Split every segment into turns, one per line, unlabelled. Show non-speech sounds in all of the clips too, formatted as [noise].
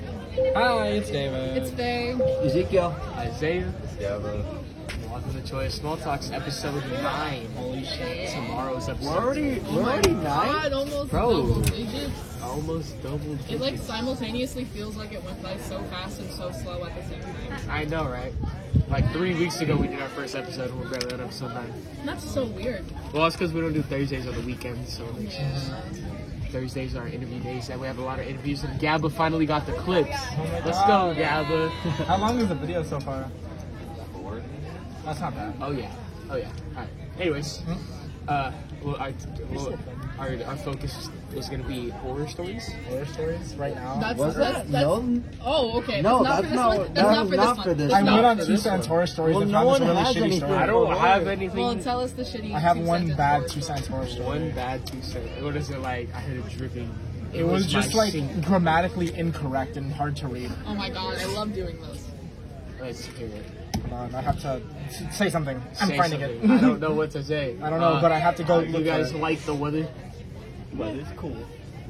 Hi, it's David.
It's Faye.
Ezekiel.
Isaiah.
Devin.
Welcome to Choice Small Talks, episode 9. Holy shit, tomorrow's episode.
We're already, we're already
God,
nine?
almost
Bro.
double digits.
almost double
It like
digits.
simultaneously feels like it went by so fast and so slow at the same time.
I know, right? Like three weeks ago, we did our first episode, and we're barely at episode 9.
And that's so weird.
Well, it's because we don't do Thursdays on the weekends, so like,
Yeah.
Thursdays are our interview days, and we have a lot of interviews, and Gabba finally got the clips. Let's go, Gabba.
How long is the video so far? Four. That's not bad.
Oh yeah. Oh yeah. All right. Anyways,
Hmm?
uh, well, I, well, our our focus was gonna be horror stories.
Horror stories right now.
That's,
Was
that's,
it?
that's,
No.
Oh, okay.
No,
that's
that's
not for this
not-
one. That's not for this
not
one.
for this
That's
I
one.
not
went
for
on
this
Two Cents Horror Stories
Well,
and
no
found this
one
really
has
shitty
anything.
story.
I don't have anything.
Well, tell us the shitty.
I have
two
one
sentence
bad
horror
Two
story.
Cents horror story.
One bad two cent. What is it like? I heard it dripping.
It was just
my
like
sink.
grammatically incorrect and hard to read.
Oh my god, I love doing those.
Let's hear it.
Hold on, I have to s- say something. I'm
Say
finding
something. I
it. [laughs]
don't know what to say. Uh,
I don't know, but I have to go
You
look for
guys
it.
like the weather?
Weather's cool.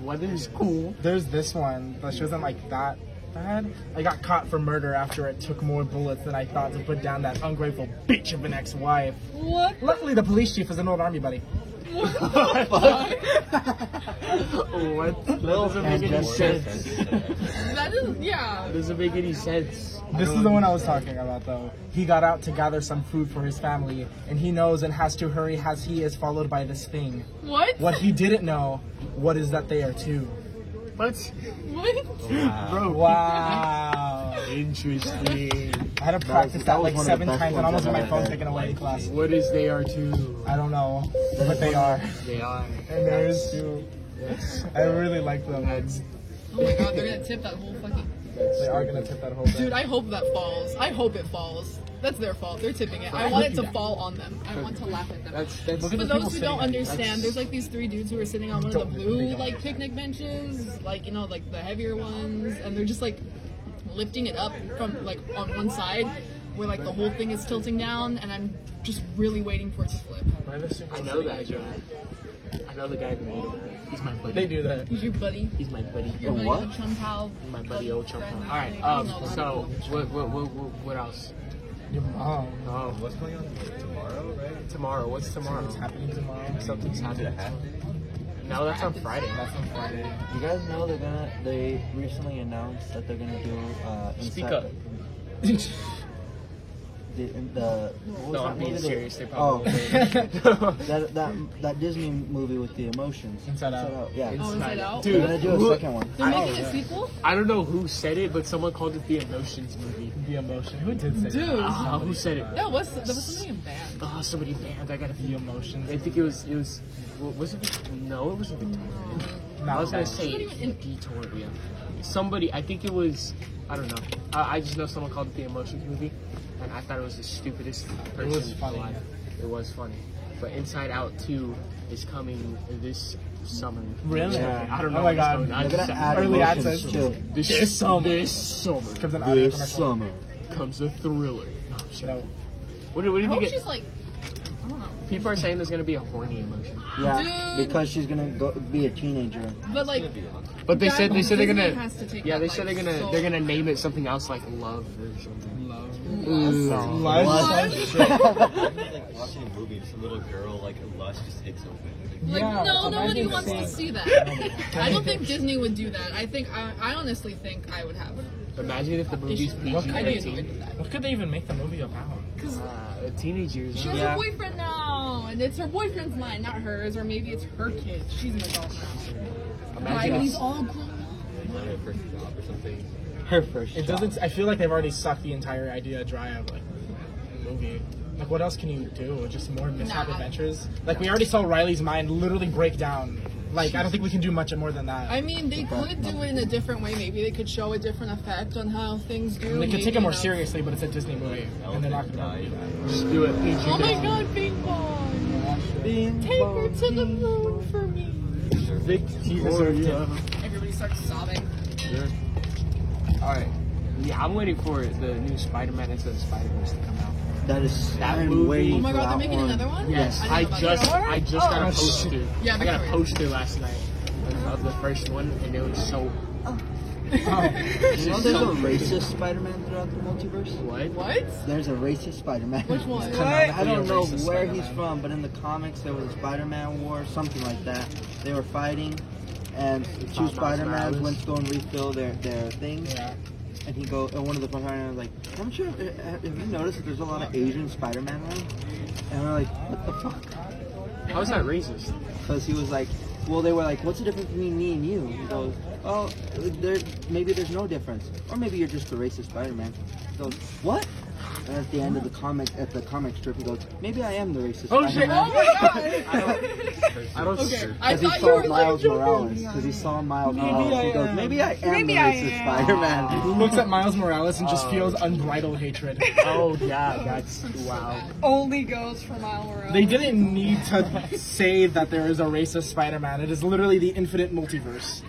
Weather's
[laughs]
cool. [laughs]
There's this one, but she wasn't like that bad. I got caught for murder after it took more bullets than I thought to put down that ungrateful bitch of an ex-wife.
What?
Luckily, the police chief is an old army buddy.
what? That doesn't make any
Tangent.
sense.
That is, yeah.
Doesn't make any sense.
This is the one I was talking about, though. He got out to gather some food for his family, and he knows and has to hurry as he is followed by this thing.
What?
What he didn't know, what is that they are too?
What?
What?
Bro,
Wow.
Interesting.
I had to practice
that
that like
was one of the
seven
best
times, and
ones
almost
I've
had my
ever
phone
heard.
taken away in class.
What is they are too?
I don't know, but they are.
They are.
And there is too.
That's,
I really like them.
that's,
[laughs] Oh my god, they're gonna tip that whole fucking.
They are gonna tip that whole thing.
Dude, I hope that falls. I hope it falls. That's their fault. They're tipping it. I want it to fall on them. I want to laugh at them.
that's, that's,
Look
For
at the people
those who
sitting
don't
there,
understand,
that's-
there's like these three dudes who are sitting on one of the
Don't- they
blue
don't.
like picnic benches, like you know, like the heavier ones, and they're just like lifting it up from like on one side where like the whole thing is tilting down, and I'm just really waiting for it to flip.
I know that guy. I know the guy who made it. He's my buddy.
They do that.
Who's your buddy?
He's my buddy.
Your buddy,
what?
the chum pal.
My buddy, old chump.
friend,
All
I
right.
think. I
Um.
don't know a lot of
So,
people.
what, what, what, what, what else?
Your mom.
Oh,
What's going on tomorrow, right?
tomorrow. What's tomorrow?
It's happening tomorrow.
Something's happening. No, that's on Friday.
That's on Friday.
You guys know they're gonna, they recently announced that they're gonna do, uh, Inside
Speak up.
The, the, what
No,
was that
I'm being
movie? The-
serious, they [laughs]
oh,
probably
that, that, that Disney movie with the emotions.
Inside Out.
Yeah.
Oh, is
Inside
it out?
Out. Dude,
They're gonna do
who-
a second one.
They're making a sequel.
I don't know who said it, but someone called it the Emotions movie.
The emotion. Who did say
Dude.
that?
Ah, who said it?
That was that was something in band.
Oh, somebody banned. I gotta be.
The emotions.
I think it was. It was. wa- Was it? Vic- No, it wasn't Victoria. I was gonna say
Not even in-
Victoria. Somebody. I think it was. I don't know. I, I just know someone called it the Emotions movie, and I thought it was the stupidest. Person
was funny.
alive. It was funny. But Inside Out 2 is coming this summer.
Really?
Yeah.
I don't know.
Oh my
what's
God.
going on.
They're
Just-
gonna add
Early
emotions
access.
too.
This, [laughs]
This
summer.
summer.
This summer
Comes an audio
This
commercial.
summer.
comes a thriller. No, I'm joking.
No.
What, do- what do
I
you
hope
think?
she's
It,
like, I don't know.
people are saying there's gonna be a horny emotion.
Yeah,
Dude.
because she's gonna go be a teenager.
But like,
But they
God,
said they said they're
Disney
gonna
has to take
yeah
that,
they said they're
like,
gonna
so-
they're gonna name it something else like love or something.
Lies
What?
is so shit.
like watching a movie, just a little girl like lust just hits open.
Like
Yeah,
no,
but
nobody
imagine
wants to
that.
see [laughs] that. I don't think Disney would do that. I think I, I honestly think I would have.
Imagine if the movie's
What kind of would do
PG-13.
that?
[laughs] What could they even make the movie about?
Because
Uh, teenagers.
she has
Yeah.
a boyfriend now, and it's her boyfriend's mind, not hers, or maybe it's her kid. She's an adult now. Why
Imagine
these
if,
all grown up?
Her first job or something.
Her first.
It
job.
doesn't. I feel like they've already sucked the entire idea dry of like the movie. Like what else can you do? Just more mishap
Nah.
adventures. Like we already saw Riley's mind literally break down. Like I don't think we can do much more than that.
I mean, they could do it in a different way. Maybe they could show a different effect on how things do.
they could
maybe,
take it more
you know.
seriously, but it's a Disney movie, and they're not gonna do that.
just do it PG-13.
Oh my God, Bing Bong!
Bing
Take her
bong,
to the
bing
moon for me.
Victoria.
Everybody starts sobbing.
All right. Yeah, I'm waiting for the new Spider-Man into the Spider-Verse to come out.
bong. That is.
That
I'm
movie-
waiting
Oh my
for
God, they're
that
making
one.
another one?
Yes,
didn't
I
know about
just
that.
I just got a
Oh,
poster.
Yeah,
I got a
Victoria.
poster last night of the first one, and it was so
You know there's a racist Spider-Man throughout the multiverse?
What?
what?
There's a racist Spider-Man.
Which one?
It's
What?
canonically I don't
a
know where
racist
he's
Spider-Man.
from, but in the comics there was a Spider-Man war, something like that. They were fighting, and two
Miles Morales.
Spider-Mans went to go and refill their, their things.
Yeah.
And he go, and one of the Spider-Man was like, "Haven't you uh, have you noticed that there's a lot of Asian Spider-Man around?" And we're like, "What the fuck?"
How is that racist?
Because he was like, well, they were like, what's the difference between me and you? He goes, oh, there, maybe there's no difference, or maybe you're just a racist Spider-Man. He goes, what? And at the end of the comic, at the comic strip, he goes, maybe I am the racist
Oh, shit.
Spider-Man.
Oh my god!
I don't.
okay,
see-
I
Because he
thought you
saw
were
Miles
like,
Morales. Because he saw Miles Morales. He goes, maybe I am
Maybe
the
I
racist
am."
He
Spider-Man. [laughs]
looks at Miles Morales and just
Oh.
feels unbridled hatred.
[laughs] Oh yeah, that's wow.
Only goes for Miles Morales.
They didn't need to say that there is a racist Spider-Man. It is literally the infinite multiverse.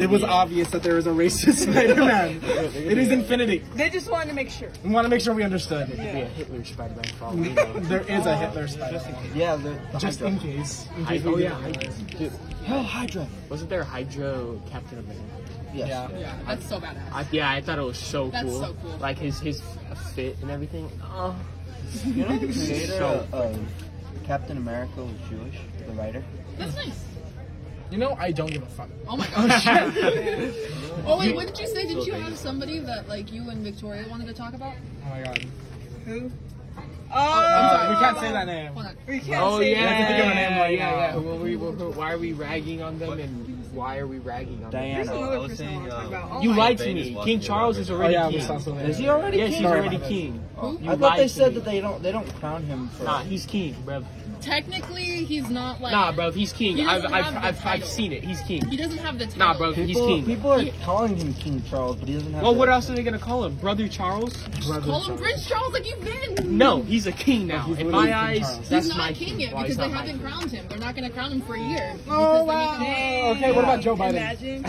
It
[laughs]
was obvious that there is a racist [laughs] Spider-Man. It is infinity.
They just wanted to make sure.
We want to make sure we understood.
Be a Hitler Spider-Man for all
[laughs]
we know.
There is a Hitler Spider-Man.
yeah, the, the
Just
Hydra.
in case. In
Hy-
case we
oh yeah,
didn't Oh, know.
Hydra.
Dude, hell, Hydra.
Wasn't there Hydro Captain America?
Yes.
Yeah.
Yeah, that's so badass.
I, yeah, I thought it was so
That's
cool.
so cool.
Like his his fit and everything. Oh,
You know the creator
So-
of um, Captain America was Jewish, the writer?
That's nice.
You know, I don't give a fuck.
[laughs]
Oh my
[laughs]
gosh. oh wait, what did you say? Did you have somebody that like you and Victoria wanted to talk about?
Oh my god.
Who? Oh,
Uh, we can't say that name.
Hold on.
We can't
oh
say
yeah,
have to think of a
that.
name right
yeah,
now.
yeah. Well, we, we, why are we ragging on them and why are we ragging on
Diana.
There's
No, I
another
was
person I
saying,
want to talk
uh,
about. Oh
You
my-
lied to
Bane is
me.
walking
King Charles
around
is
right
already
Oh yeah, we
king.
saw something.
Is he already
Yes,
king?
he's
Sorry
already
about
king. You
Hmm? I thought
lied
they
to
said
me.
that they don't they don't crown him for
Nah, he's king, bruv.
Technically, he's not like.
Nah, bruv, he's king.
He
I've,
doesn't
I've,
have the
I've, I've
title.
seen it. He's king.
He doesn't have the title.
Nah, bro,
people,
he's king.
People are
He-
calling him King Charles, but he doesn't have.
Well,
the-
what else are they gonna call him? Brother Charles?
Call him Prince Charles like you've been.
No, he's a king now.
He's
In
literally
my
King
eyes,
Charles.
that's
he's not
my
king yet
Well, he's
because they
not my
haven't
king.
crowned him. They're not going to crown him for a year.
Oh,
because then he can-
wow. Okay, what about Joe Biden?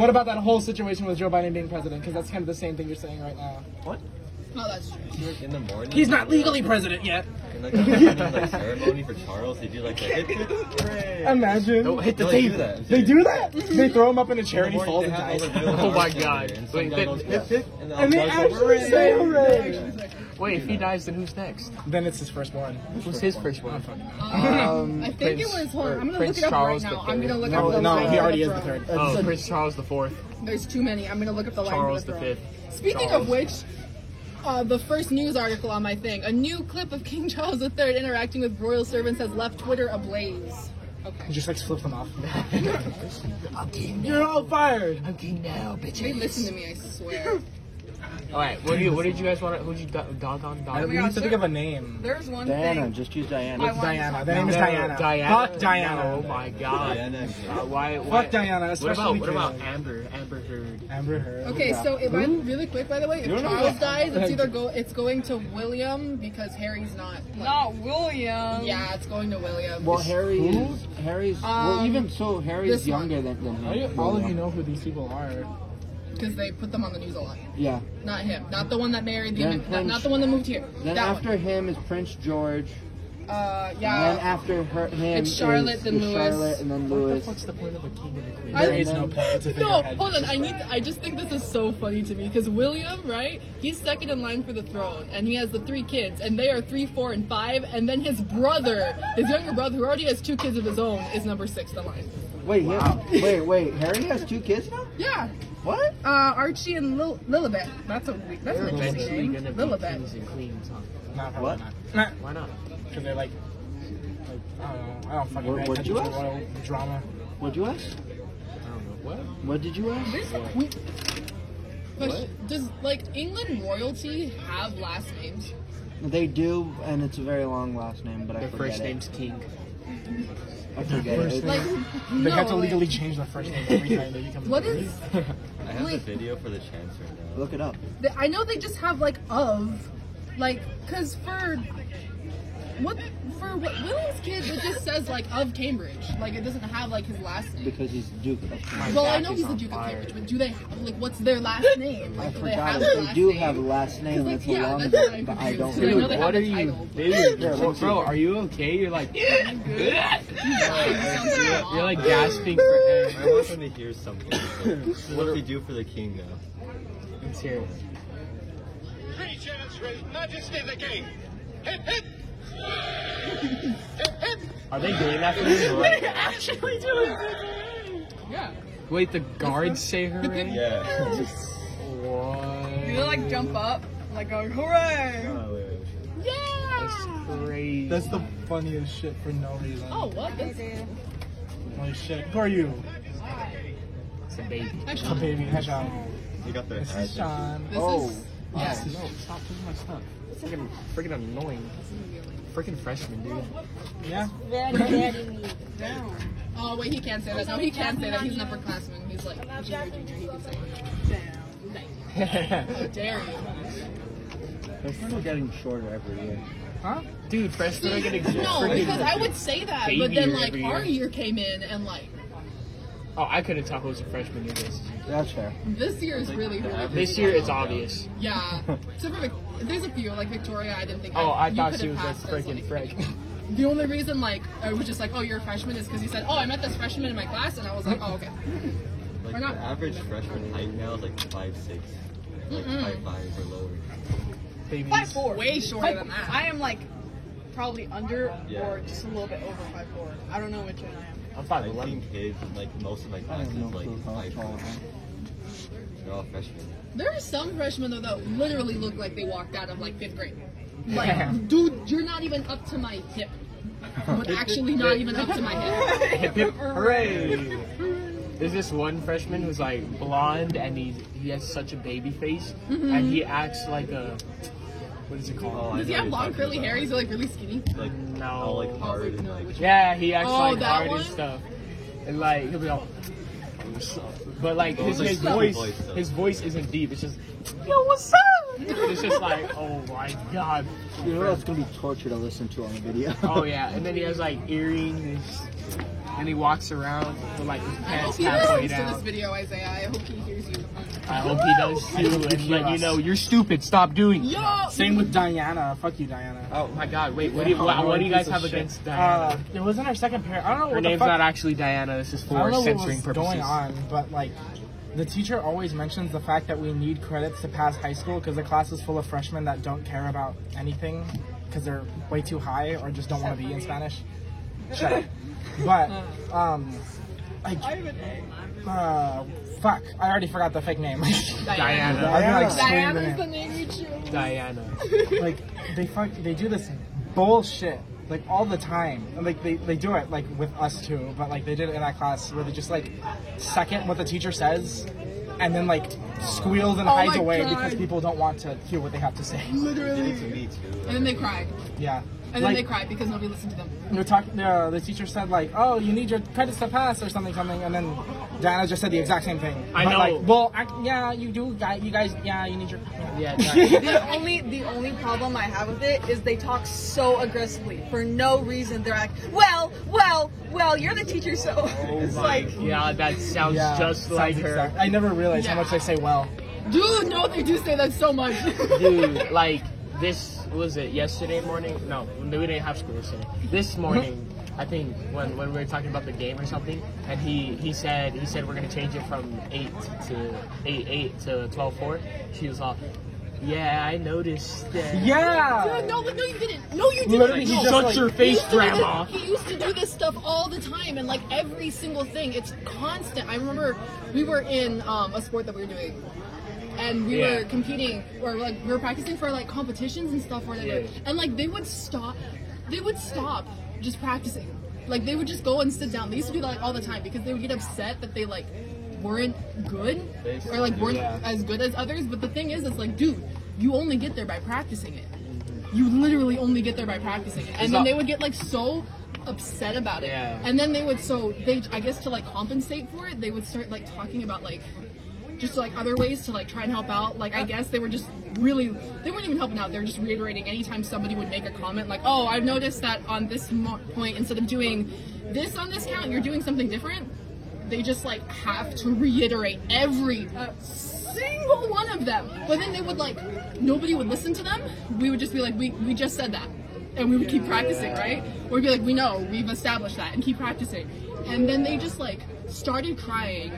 [laughs] what about that whole situation with Joe Biden being president? Because that's kind of the same thing you're saying right now.
Oh, that's true.
He, like, in the morning.
He's not legally president yet.
In, like, a morning,
[laughs]
like, ceremony for Charles, they do like a hit the tray.
Imagine.
No, hit the
No, they do
table.
that.
They do [laughs] that? They throw him up in a chair
In
and he
the
falls
morning,
and
they have all
dies.
the real
Oh my
artists in
God.
there,
Wait,
and some guy
they-
goes,
they-
"Hip, hip," and the
[laughs] And they
other guy goes,
actually say
"Hooray."
hooray.
Wait, if he dies, then who's next?
Then it's his firstborn.
Who's his first one?
Um, I think it
Prince-
was. Hold on,
or
I'm gonna
Prince
look it up
Charles
right now.
the
I'm gonna look
No,
up the
no,
life
he
of
already is
throne.
the third.
Oh, Prince Charles the Fourth.
There's too many. I'm gonna look up the life
Charles
of the
the
throne.
Fifth.
Speaking
Charles.
of which, uh, the first news article on my thing: a new clip of King [laughs] Charles III interacting with royal servants has left Twitter ablaze.
He
Okay,
just like flips them off. [laughs]
You're all fired.
they listen to me. I swear.
All right, what do you? What did you guys want? Who did you do- dog on?
I
Dog
we
on?
God,
need to think
sir.
of a name.
There's one
Diana,
thing.
just use
I
Diana.
want
Diana.
to
The
talk
name is
No,
Diana.
Diana.
Fuck Diana.
Oh my God.
Diana.
Uh, why, why?
Fuck Diana,
What about
especially
what about
Kayla.
Amber? Amber Heard.
Amber Heard.
Okay, so if I really quick, by the way, if Charles dies, it's either go it's going to William because Harry's not. Like,
Not William.
Yeah, it's going to William.
Well, Harry
Who?
is Harry's. well,
Um,
even so, Harry's
this one.
younger than, than
How do
him.
you- all of you know who these people [laughs] are.
because they put them on the news a lot.
Yeah.
Not him. Not the one that married the.
Then
Not,
Prince-
not the one that moved here.
Then
that
after him is Prince George.
one. Uh,
and then
yeah.
after her, him
It's Charlotte,
is,
then
is
Louis.
Charlotte, and then Louis.
What's the point of a king and a queen?
I-
There is no point to
No,
figurehead.
hold on. I need. I just think this is so funny to me because William, right? He's second in line for the throne, and he has the three kids, and they are three, four, and five. And then his brother, his younger brother, who already has two kids of his own, is number six in line.
Wait, he has- [laughs] wait, wait. Harry has two kids now.
Yeah.
What?
Uh, Archie and Lil- Lilibet. That's a weak. That's an
They're eventually
interesting name.
gonna be
Lilibet.
kings and queens. Huh?
Not probably
What?
not. Nah,
Why not?
Because they're like, like, I don't know. I don't fucking
What-
pay
what
attention
you
to
ask?
royal drama.
What'd you ask?
I don't know. What?
What did you ask?
There's a que- Question, does like England royalty have last names?
They do, and it's a very long last name, but I
Their
forget
first
it.
name's King.
I forget
First
it.
name.
Like
They
no,
have to
like,
legally change the first name every time they become.
What is?
I have the
Like-
video for the chance right now.
Look it up.
I know they just have like of, like, cause for what for what William's kids it just says like of Cambridge. Like it doesn't have like his last name.
because he's Duke of Cambridge.
Well, I
back
know
is
he's the
on
Duke of
fire.
Cambridge, but do they have like what's their last name?
I
Like do they
forgot
have
it.
a
They
last
do
name?
have a last name.
Like,
That's
yeah,
along
that's
with
what
it,
I'm
but I
confused.
don't.
So I
know.
know they have
what
a
are you
title.
doing?
Yeah,
Bro,
what's
bro,
it?
are you okay? You're like,
Sounds like a
you're
lot.
like gasping for
I
air.
want them to hear something. So, this is what we do for the king now.
Let's hear it.
Three cheers for His Majesty the King. Hip hip! hip hip!
Are they doing that for you? or what?
actually doing Yeah.
Wait, the guards say
[laughs]
hooray?
Yeah. [laughs]
What?
Do they like jump up? Like going, hooray!
Oh, wait, wait, wait.
Yeah.
Crazy.
That's the funniest shit for no reason.
Oh, what? That's
Holy shit. Who are you?
It's a baby.
Oh,
actually
baby. Hi, Sean.
You got their
This is
eyes.
Sean.
this
Oh.
is yeah.
No, stop doing my stuff. Freaking, freaking annoying. Freaking freshman, dude.
Yeah.
Oh wait, he can't say that. No, he can't say that. He's an upperclassman. He's like junior, junior. He can say it. How dare you?
They're still getting shorter every year.
Huh?
dude, freshmen are gonna get
[laughs] No,
freaking-
because I would say that, but then
Babier
like
every
our
year.
year came in and like
Oh, I couldn't tell who was a freshman year this.
That's fair.
this year is really really big.
This year, it's obvious.
yeah.
[laughs]
So for Vic- there's a few like Victoria, I didn't think.
Oh, I
you
thought
could've
she was a
passed as,
freaking
like,
fresh.
[laughs] The only reason like I was just like, oh, you're a freshman, is because he said, oh, I met this freshman in my class, and I was like, oh,
[laughs]
okay.
Like,
Or
the
not.
average freshman height now is like five six, Like, five five or lower.
Babies.
Five four.
Way shorter
Five-
than that.
I am like probably under
Yeah.
or just a little bit over five four. I don't know which one I am.
I'm five
I've seen
eleven.
kids, and like most of my
I
class is
don't know
like
who
five
how tall.
four. They're all freshmen.
There are some freshmen though that literally look like they walked out of like fifth
[laughs]
grade. Like, dude, you're not even up to my hip. But actually, not even up to my hip.
Hip hip hooray! There's this one freshman who's like blonde and he's, he has such a baby face and he acts like a what is it
Oh,
called?
I
Does he
know
have
you're
long
talking
curly
about.
hair? He's like really skinny.
Like
No.
all like hard and like
Yeah, he acts
Oh,
like
that
hard
one?
and stuff, and like he'll be all. "What's up?" But like his,
Those are
his
some
voice,
voice, though.
his voice isn't deep. It's just, yo, what's up? It's just like, oh my god.
You know that's gonna be torture to listen to on the video.
Oh
[laughs]
yeah, and then he has like earrings, and s- and he walks around with like his
I hope
pants
he
halfway
listens to this
down.
video, Isaiah. I hope he hears you.
I hope he does too, and let you know you're stupid. Stop doing. it."
Yo!
Same with Diana. Fuck you, Diana.
Oh my god, wait, what do you, what, what do you guys have against
Uh,
Diana?
it wasn't our second pair. I don't know
Her
what the
name's
fuck.
not actually Diana. This is
I don't
for
know what
censoring
was
purposes.
going on, but like, the teacher always mentions the fact that we need credits to pass high school because the class is full of freshmen that don't care about anything because they're way too high or just don't want to be in Spanish.
[laughs]
Shut up. But um, like, uh, fuck, I already forgot the fake name. [laughs]
Diana.
I've been like screaming
Diana's
it
the name you choose.
Diana.
like they fuck, they do this bullshit like all the time and like they, they do it like with us too but like they did it in that class where they just like second what the teacher says and then like squeals and hides
Oh my
away
God.
because people don't want to hear what they have
[laughs]
to say
Literally.
to me too.
And then they cry.
yeah
And then
like,
they cry because nobody listened to them.
they were talking uh, the teacher said like oh you need your credits to pass or something something and then Diana just said the exact same thing
I
But,
know.
like well I, yeah you do guy- you guys yeah you need your [laughs]
Yeah, Diana.
The only the only problem I have with it is they talk so aggressively for no reason. They're like, well, well, well, you're the teacher, so it's like
Yeah, that sounds
yeah
just
sounds
like her.
exact- I never realized how
Yeah.
much they say well
Dude, no, they do say that so much. [laughs]
Dude, like this was it yesterday morning? No, we didn't have school yesterday. This morning, I think when, when we were talking about the game or something, and he, he said he said we're gonna change it from eight to eight eight to twelve four. She was all, yeah, I noticed that.
yeah [laughs]
Dude, no, but no, you didn't. No, you didn't.
Literally, he
no.
just
Shut
like-
your
[laughs]
face,
used to do this-
grandma.
he used to do this stuff all the time, and like every single thing, it's constant. I remember we were in um, a sport that we were doing, and we
Yeah.
were competing, or like we were practicing for like competitions and stuff, or whatever.
Yeah.
And like they would stop, they would stop just practicing. Like they would just go and sit down. They used to do that like, all the time because they would get upset that they like weren't good
They used
or
to
like
do
weren't
that.
as good as others. But the thing is, it's like, dude, you only get there by practicing it. You literally only get there by practicing it. And then
not-
they would get like so upset about it.
Yeah.
And then they would so they I guess to like compensate for it, they would start like talking about like just like other ways to like try and help out. Like I guess they were just really they weren't even helping out. They were just reiterating anytime somebody would make a comment like, "Oh, I've noticed that on this mo- point instead of doing this on this count, you're doing something different." They just like have to reiterate every uh, single one of them. But then they would like nobody would listen to them. We would just be like, "We we just said that." And we would keep practicing, right? We'd be like, we know, we've established that, and keep practicing. And then they just like started crying,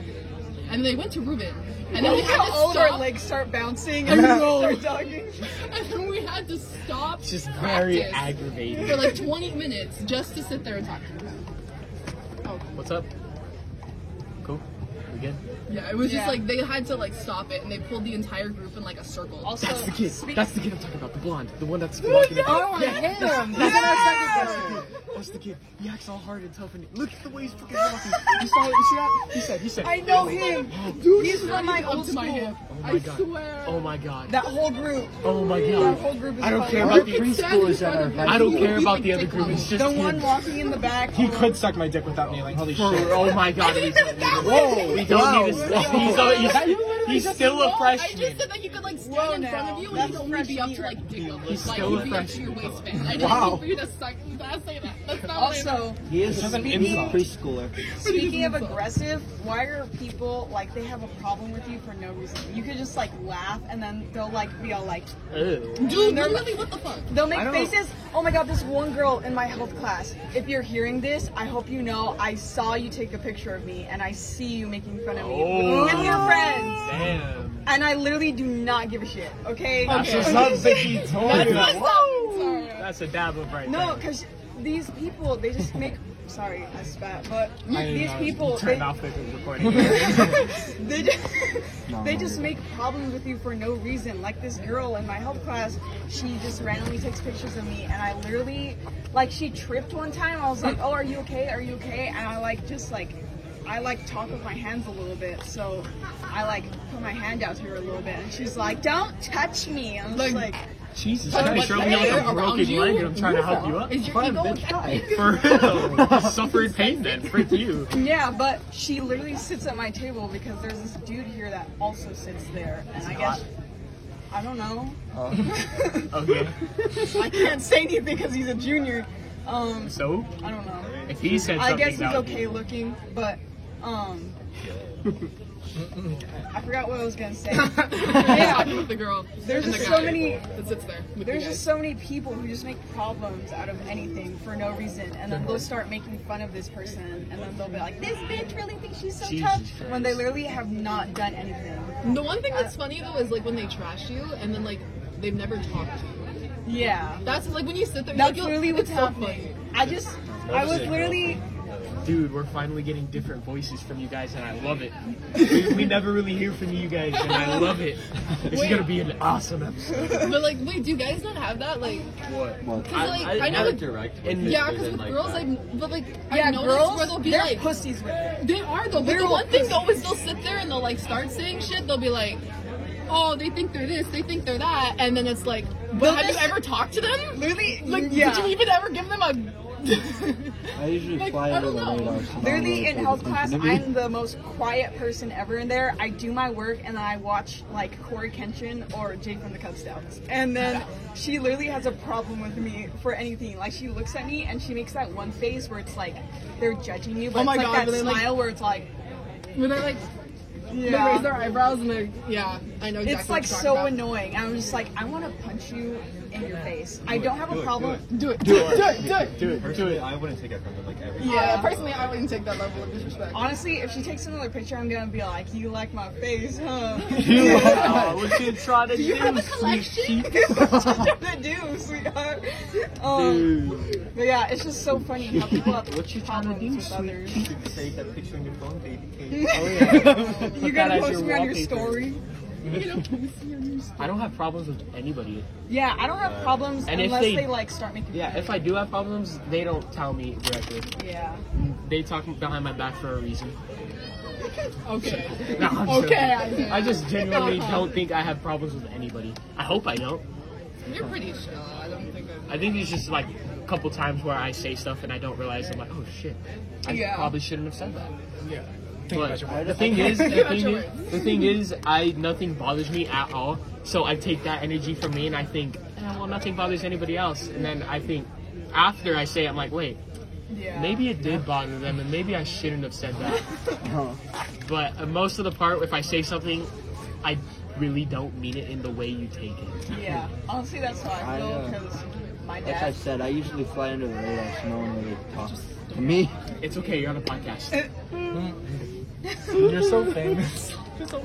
and they went to Reuben. And then we had
Look
to
how old our
stop.
legs start bouncing
I
and we
know.
start talking.
[laughs] and then we had to stop.
It's [laughs] just very
practice
aggravating.
For like 20 minutes just to sit there and talk. to them. Oh,
What's up? Cool. We good?
yeah. It was
Yeah.
just like they had to like stop it, and they pulled the entire group in like a circle.
Also,
That's the kid.
speak-
That's the kid I'm talking about. The blonde. The one
[laughs]
that's walking about. Yeah,
Damn!
That's the kid. He acts all hard and tough, and look at the way he's fucking walking. You saw it? You see that? He said. He said.
I know Oh, him.
Dude,
He's from my
Up
old
to my
school. [laughs]
hip.
Oh my
I
god.
swear.
Oh my god.
That whole group.
oh my
That
god.
whole group is
I don't
fun.
care about the
You could stand
preschoolers
in
that
front
are.
of them.
I don't
You
care
could,
about
like,
the other
take
group. It's
off.
just
The one
him.
walking in the back.
He could suck my dick without kneeling. Holy
For-
shit.
oh my god. we don't-
Oh,
Whoa.
We don't need to. He's, a- he's, he's still a
No, I
freshman.
just said that he could like stand
Whoa,
in front
now.
of you and
That's
he'd only be
freshman
up to
year.
like dick level.
He's
Like
still
he'd be up to
freshman.
your waistband. I didn't
Wow.
mean for you to suck. [laughs] I say that. That's not what I meant.
Also,
He is
Just an
he's a
insult.
preschooler.
Speaking of
Pretty painful.
aggressive, why are people like they have a problem with you for no reason? You could just like laugh and then they'll like be all like
Ugh.
Dude, literally, what the fuck?
they'll
I
make
don't-
faces. Oh my god, this one girl in my health class. If you're hearing this, I hope you know I saw you take a picture of me and I see you making fun of me
Oh.
with your friends.
Damn.
And I literally do not give a shit, okay?
[laughs] That's
Okay.
a
[laughs]
Not Vicky told you.
Sorry.
That's a dab up right
No,
there.
because these people, they just make. Sorry, I spat, but
I
these
know.
people,
Turn
they,
off the recording.
[laughs] they just,
No,
they
no,
just
no.
make problems with you for no reason. Like this girl in my health class, she just randomly takes pictures of me, and I literally, like, she tripped one time. I was like, "Oh, are you okay? Are you okay?" And I like just like, I like talk with my hands a little bit, so I like put my hand out to her a little bit, and she's like, "Don't touch me." I'm just
Like-
like,
Jesus
But
Christ, you're
like,
only on
they're
a
around
broken
you?
leg and I'm trying to help you up.
[laughs] Is your
Fine,
ego
bitch,
that
hi.
big?
For real. Suffered pain then, frick you.
Yeah, but she literally sits at my table because there's this dude here that also sits there, and I guess I don't know.
Okay,
I can't say anything because he's a junior. Um,
so
I don't know.
if he said
I
something,
guess he's
that would be-
okay looking, but um,
[laughs]
I forgot what I was gonna
[laughs]
say.
Talking
yeah,
with the girl.
there's
and
just
the
so
guy
many.
That sits there. With
There's
you
just
guys.
so many people who just make problems out of anything for no reason, and then they'll start making fun of this person, and then they'll be like, "This bitch really thinks she's so
Jesus
tough," when they
Christ.
literally have not done anything.
The one thing that's funny though is like when they trash you and then like they've never talked to you.
Yeah,
That's like when you sit there.
that's
you're like,
literally
it's
what's
so
happening. I just, I was literally,
Dude, we're finally getting different voices from you guys, and I love it. we, we never really hear from you guys, and I love it. This is
Wait.
gonna be an awesome episode.
funny. But like, wait, do you guys not have that? Like,
What?
Well,
'cause, like I, know.
would
Like,
direct. with
And-
it,
yeah,
but
because
then,
with
like,
girls,
that-
like, but like, I
yeah,
know
girls,
where they'll be
they're
like,
pussies with it.
They are though. But the
They're
one thing though is they'll sit there and they'll like start saying shit. They'll be like, "Oh, they think they're this. They think they're that." And then it's like, "But have you
this-
ever talked to them?
Literally,
Like,
yeah.
did you even ever give them a?" [laughs]
I usually
Like,
fly
I
under
don't
the
know.
radar. so I don't really
Literally in
pay
health
attention
class,
to me.
I'm the most quiet person ever in there. I do my work and then I watch like Corey Kenshin or Jake from the Cub Scouts. And then
[laughs]
she literally has a problem with me for anything. Like she looks at me and she makes that one face where it's like they're judging you, but
Oh my
it's like
God,
that
but then, like-
smile where it's like,
Where they're like, they raise their
yeah.
eyebrows and they, yeah, I know. Exactly
It's like
what you're
so
talking about.
annoying. I'm just like, I want to punch you in your face. I don't have
do
a
it,
problem.
do
Do it, do it, do it, do it.
Do it, do
Personally,
it.
I wouldn't take it from them like every.
Yeah, personally, I wouldn't take that level of disrespect.
Honestly, if she takes another picture, I'm gonna be like, you like my face, huh?
Oh, [laughs] what you trying to do?
you have a
sweet
collection?
cheek?
[laughs] I do, sweetheart. Um, but yeah, it's just so funny how people have
What you trying to
problems
do,
with others.
sweet cheek?
Save that picture on your phone,
[laughs]
baby.
Oh, yeah.
You're
Put that
gonna
as
post me on your
wallpaper.
story.
I don't have problems with anybody.
Yeah, I don't have problems
And if
unless
they-
they, like start making.
Yeah, if I do have problems, they don't tell me directly.
Yeah.
They talk behind my back for a reason.
Okay.
[laughs] No, I'm
Okay,
joking.
I-
I just
[laughs]
genuinely don't think I have problems with anybody. I hope I don't.
You're pretty chill. I don't think I've.
I think it's just like a couple times where I say stuff and I don't realize I'm like, oh shit, I
Yeah.
probably shouldn't have said that.
Yeah. Think
But
about your words.
the thing
[laughs]
is, the
Think about
thing
your
is,
words.
the thing is, I nothing bothers me at all. So I take that energy from me, and I think, eh, well, nothing bothers anybody else. And then I think, after I say, it, I'm like, wait,
Yeah.
maybe it did bother them, and maybe I shouldn't have said that.
No.
But uh, most of the part, if I say something, I really don't mean it in the way you take it.
Yeah, honestly, that's how I
I,
feel
uh,
because
[laughs]
my
Like I
dad.
said, I usually fly under the radar, so no one really talks to
[laughs]
me. [laughs]
It's okay. You're on a
Eh.
podcast.
You're so
[laughs]
famous.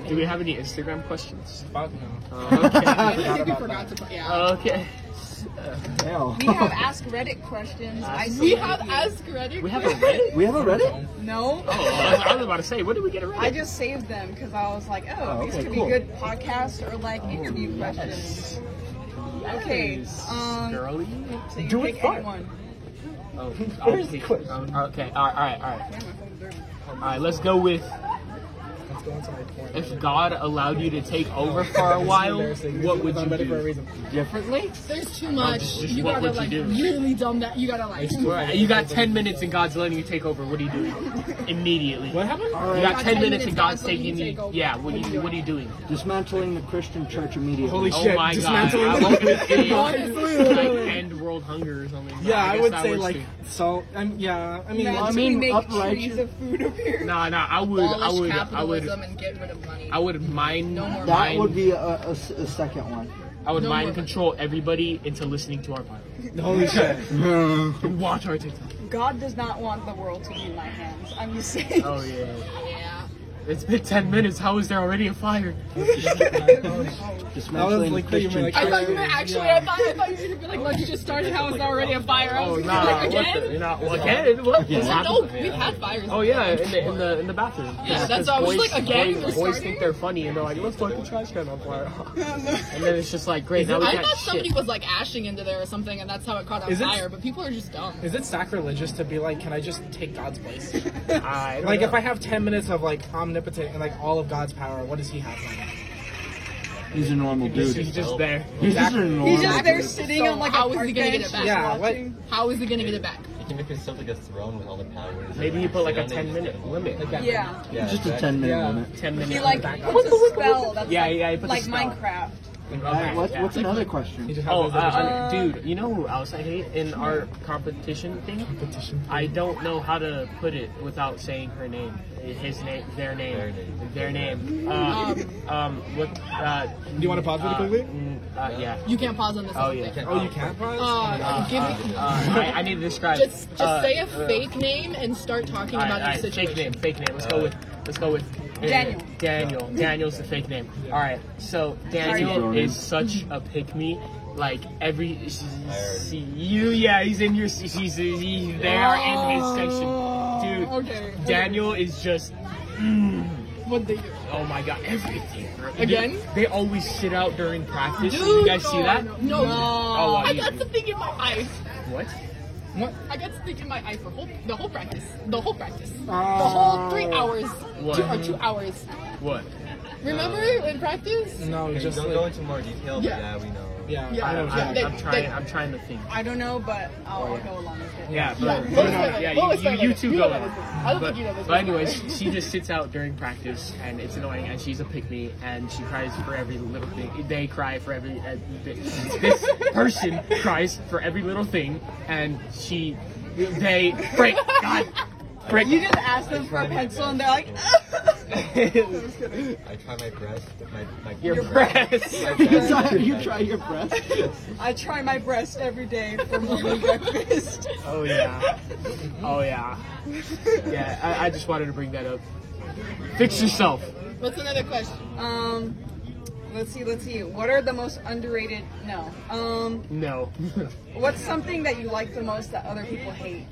Do we have any Instagram questions?
Fuck no.
Uh,
I think we
about
forgot to. Yeah.
okay. okay.
Hell.
[laughs] We
[laughs]
have ask Reddit questions. I
we
see
have Ask Reddit.
We have a Reddit.
We have a Reddit?
no.
Oh, I
[laughs]
was, I was about to say, what did we get a Reddit?
I just saved them because I was like, oh,
Oh,
these
okay,
could
cool.
be good podcasts or like interview questions.
Yes.
Okay,
Yes,
um,
girly.
So you
Do it
pick
fun.
anyone. [laughs]
Oh,
Where's the
okay.
question?
Um, okay. All right. All right. All right. All right. Let's go with
Let's go into my porn.
if God allowed you to take over for a
This is
while,
embarrassing.
what would you
I'm ready for a
do?
reason.
Differently?
There's too much.
just- just
you
what
gotta
would you
like
do?
really dumb that. You gotta [laughs] like.
All right, You got 10 minutes and God's letting you take over. What are you doing? Immediately.
What happened?
You got 10 minutes and God's
letting you
taking
take
you.
over.
Yeah, what are you, what are you doing?
Dismantling the Christian church immediately.
Holy
Oh
shit!
my god.
dismantling
I
the-
would
[laughs]
say,
Honestly.
like, end world hunger or something.
Yeah, I,
guess
would
that
say
works
like
too.
so. I'm yeah. I mean,
Imagine
I
we
mean,
make
upright-
trees of food appear.
Nah, nah, I would, I
Abolish
would, I would,
capitalism and get rid of money.
I would mind,
No more
That
mind,
would be a, a s- a second one.
I would
no
mind
more.
control everybody into listening to our
[laughs]
podcast.
holy
[laughs]
shit.
And watch our TikTok.
God does not want the world to be in my hands. I'm just saying.
Oh yeah.
yeah.
It's been 10 minutes. How is there already a fire?
Dismantling the
like, what you
Christian
mean,
I
like-
church.
thought you meant actually. I, thought, I thought you were gonna be like, let's just start it. How is there already a fire? I
Oh
was [laughs]
nah,
like,
what
again?
the, nah, again? What?
Yeah.
What
No,
happened?
we've had fires.
Oh yeah, in the in the in the bathroom.
Yeah, that's
'cause
why I was
boys-
like, again,
Boys,
we're
boys
starting?
think they're funny and they're like, let's light the trash can on fire. [laughs] and then it's just like, great. Now we
I
got
thought somebody
shit.
was like ashing into there or something, and that's how it caught on
Is it-
fire. But people are just dumb.
Is it sacrilegious to be like, can I just take God's place?
Ah, I don't
Like,
know.
if I have 10 minutes of like omnipotent and like all of God's power, what does He have?
He's a normal dude.
he's just there.
He's just
Exactly.
a normal
[laughs] He's just there sitting
So
on like
how
a
is he
park
gonna get
bench,
it back?
Yeah,
just
what-
watching.
How is he gonna get it back?
You can make yourself like a throne with all the powers.
Maybe you put like a
Sit
10
on it and
minute
just get
limit.
Like that.
Yeah.
Yeah,
Just a
exactly.
10 minute
Yeah.
limit.
10 minutes.
He like puts a spell that's
Yeah,
like,
yeah, he puts a
like
spell.
Minecraft.
Alright, what, what's another
You
[laughs] question?
just have
Oh,
those
uh,
other
uh,
things.
dude, you know who else I hate in our competition thing?
competition.
I don't know how to put it without saying her name, his name, their name,
Their
their
name.
name. Um, um, what? Uh,
Do you wanna pause really
uh,
quickly?
mm, Uh, yeah.
You can't pause on this.
Oh
is it?
yeah.
Oh, you can't pause?
Uh, give me,
Uh, I, I need to describe.
just just
uh,
say a
uh,
fake name and start talking
All right,
about
all right,
your
fake
situation.
name, fake name. Let's go with, let's go with uh,
Daniel.
[laughs]
Daniel. Daniel's the fake name. All right, so Daniel
Sorry.
is such a pick me. Like every, she,
already-
she- you, yeah, he's in your, she's, he's there in his section, dude.
Oh, Okay.
Daniel is just,
What they do?
oh my god, everything. bro.
Again?
They, they always sit out during practice. you guys see that?
No.
Oh, wow,
I
you-
got something in my eye.
What?
What?
I got something in my eye for whole, the whole practice. The whole practice. the
Oh.
whole three hours.
What?
Two, or two hours.
What?
Remember in practice?
No,
Okay,
just
don't
like,
go into more detail, but
Yeah.
yeah, we know.
yeah.
Yeah.
I
I,
know
I,
exactly.
I'm trying. I'm trying to think.
I don't know, but I'll, I'll go along with it.
Yeah,
Yeah,
but
what was that?
yeah,
What was
you,
that?
you, you two
You
go.
know this. I don't
but,
think you know this.
but anyways, she just sits out during practice, and it's annoying. And she's a pick me, and she cries for every little thing. They cry for every. Uh, th- this person cries for every little thing, and she, they break. God, break.
You just ask them for a pencil and they're like, [laughs]
I try my best. My, my,
[laughs] your press.
My
It's
best.
not- you try your best.
I try my breast every day for morning [laughs] breakfast.
Oh yeah. Oh yeah. Yeah, I, I just wanted to bring that up. Fix yourself.
What's another question?
Um, let's see, let's see. What are the most underrated? No. Um,
No. [laughs]
what's something that you like the most that other people hate?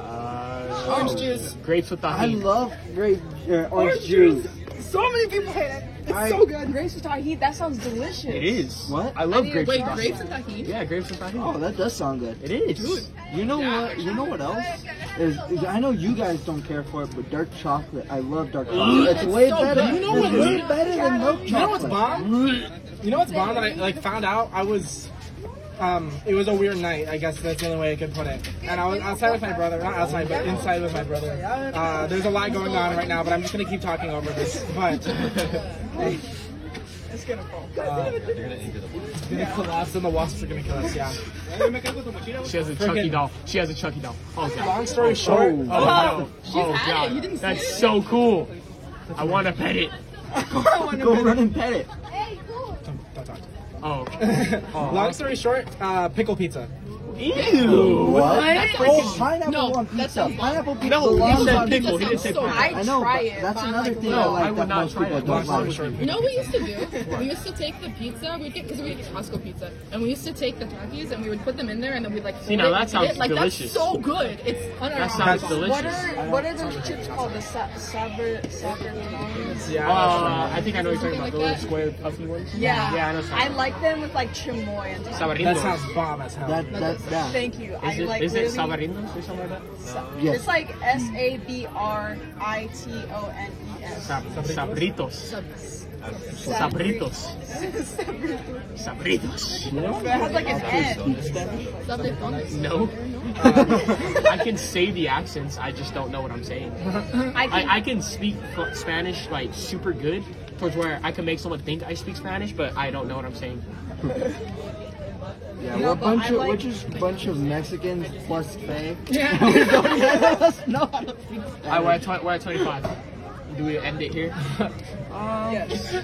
Uh,
Oh.
Orange juice.
grapes with the
I
honey.
love grape uh, orange juice.
So many people hate it. It's
I-
so good. Grapes with tahini. That sounds delicious.
It is.
What?
I love
I mean,
grapes.
Wait,
with
grapes
honey.
and tahini?
Yeah, grapes with honey.
Oh, that does sound good.
It is.
You know what? You know what else? Is, is- I know you guys don't care for it, but dark chocolate. I love dark chocolate. It's, way
so
better.
good. You know
it's
what-
way better than milk chocolate.
You know what's bomb? You know what's bomb that I like found out I was um, it was a weird night. I guess that's the only way I could put it. And I was outside with my brother, not outside, but inside with my brother. Uh, there's a lot going on right now, but I'm just gonna keep talking over this. But
It's gonna fall.
Yeah, they're gonna injure the one.
it's gonna collapse and the wasps are gonna kill us. Yeah.
She has a Chucky
Freaking-
doll. She has a Chucky doll. Oh god.
Long story short,
Oh, no.
She's
oh
had it.
god.
You didn't see
That's
it?
so cool. I want to pet it.
Go run and pet it.
Don't- don't talk.
Oh.
Long story short, uh, pickle pizza.
Ew.
That's
Oh, pineapple
No,
on
that
pizza.
sounds-
Pineapple pizza.
No, he
belongs
said
on
pickle. He
pizza
didn't say
sounds so
pineapple.
nice.
I'd
I know,
try
but
it.
that's
but I'm
another
like,
thing
No,
I like
I would
that
not
most
try it.
people don't
Long story
like.
short,
You know what we used to do? We used to take the pizza, we'd get, because we get Costco pizza, and we used to take the Takis and we would put them in there and then we'd like.
See,
fold
now
it
that
and eat
sounds
it. like,
delicious.
That's so good. It's unironic.
That sounds
What
delicious.
are what are those chips called? The sa- saber saber.
Yeah.
Uh, I think I know what you're talking about.
Something like
the little
that.
square puffy ones.
Yeah.
Yeah, I know. some.
I like them with like chamoy and just.
Sabarindos.
that sounds bomb as hell.
That, that, that.
Thank you. I
Is it,
like
is
really,
it Sabarindos or something like that?
Yes.
It's like S A B R I T O N E S.
Sab- sabritos.
[laughs]
Sabritos. Sabritos.
It has like an N.
Something fun.
No. I can say the accents, I just don't know what I'm saying.
I can,
I, I can speak f- Spanish like super good, towards where I can make someone think I speak Spanish, but I don't know what I'm saying.
Yeah,
No,
we're a
but
bunch
I
of
like-
we're just a bunch of Mexicans plus Faye. [laughs]
Yeah.
no, I don't think so.
I, we're, at twen- we're at 25. Do we end it here? [laughs]
yes.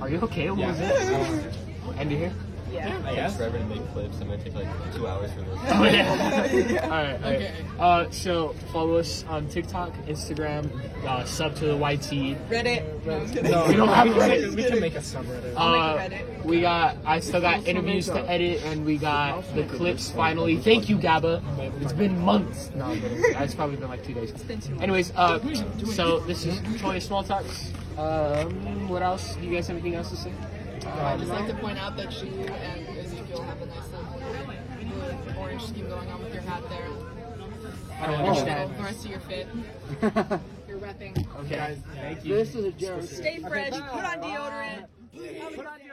Are you okay? What was it? End it here?
Yeah.
I guess. Forever to make clips. I'm gonna take like two hours for those.
Oh, yeah. [laughs] all right. All right.
Okay.
Uh, so follow us on TikTok, Instagram, uh, sub to the YT.
Reddit. No, I was kidding.
no,
We don't have
we,
Reddit.
can, we can make a subreddit.
Uh,
make Reddit.
we got. I still got interviews to edit, and we got the clips finally. Thank you, Gabba. It's been months. No, I'm kidding. Uh, it's probably been like two days.
been too long.
Anyways, uh, so this is Toy Small Talks. Um, what else? Do you guys have anything else to say?
I'd just like to point out that you and Ezekiel have a nice little blue orange scheme going on with your hat there.
I
Oh.
don't
So
understand.
the rest of your fit, you're repping.
Okay.
Thank you.
This is a Jeremy.
Stay fresh. Put on deodorant.
Put on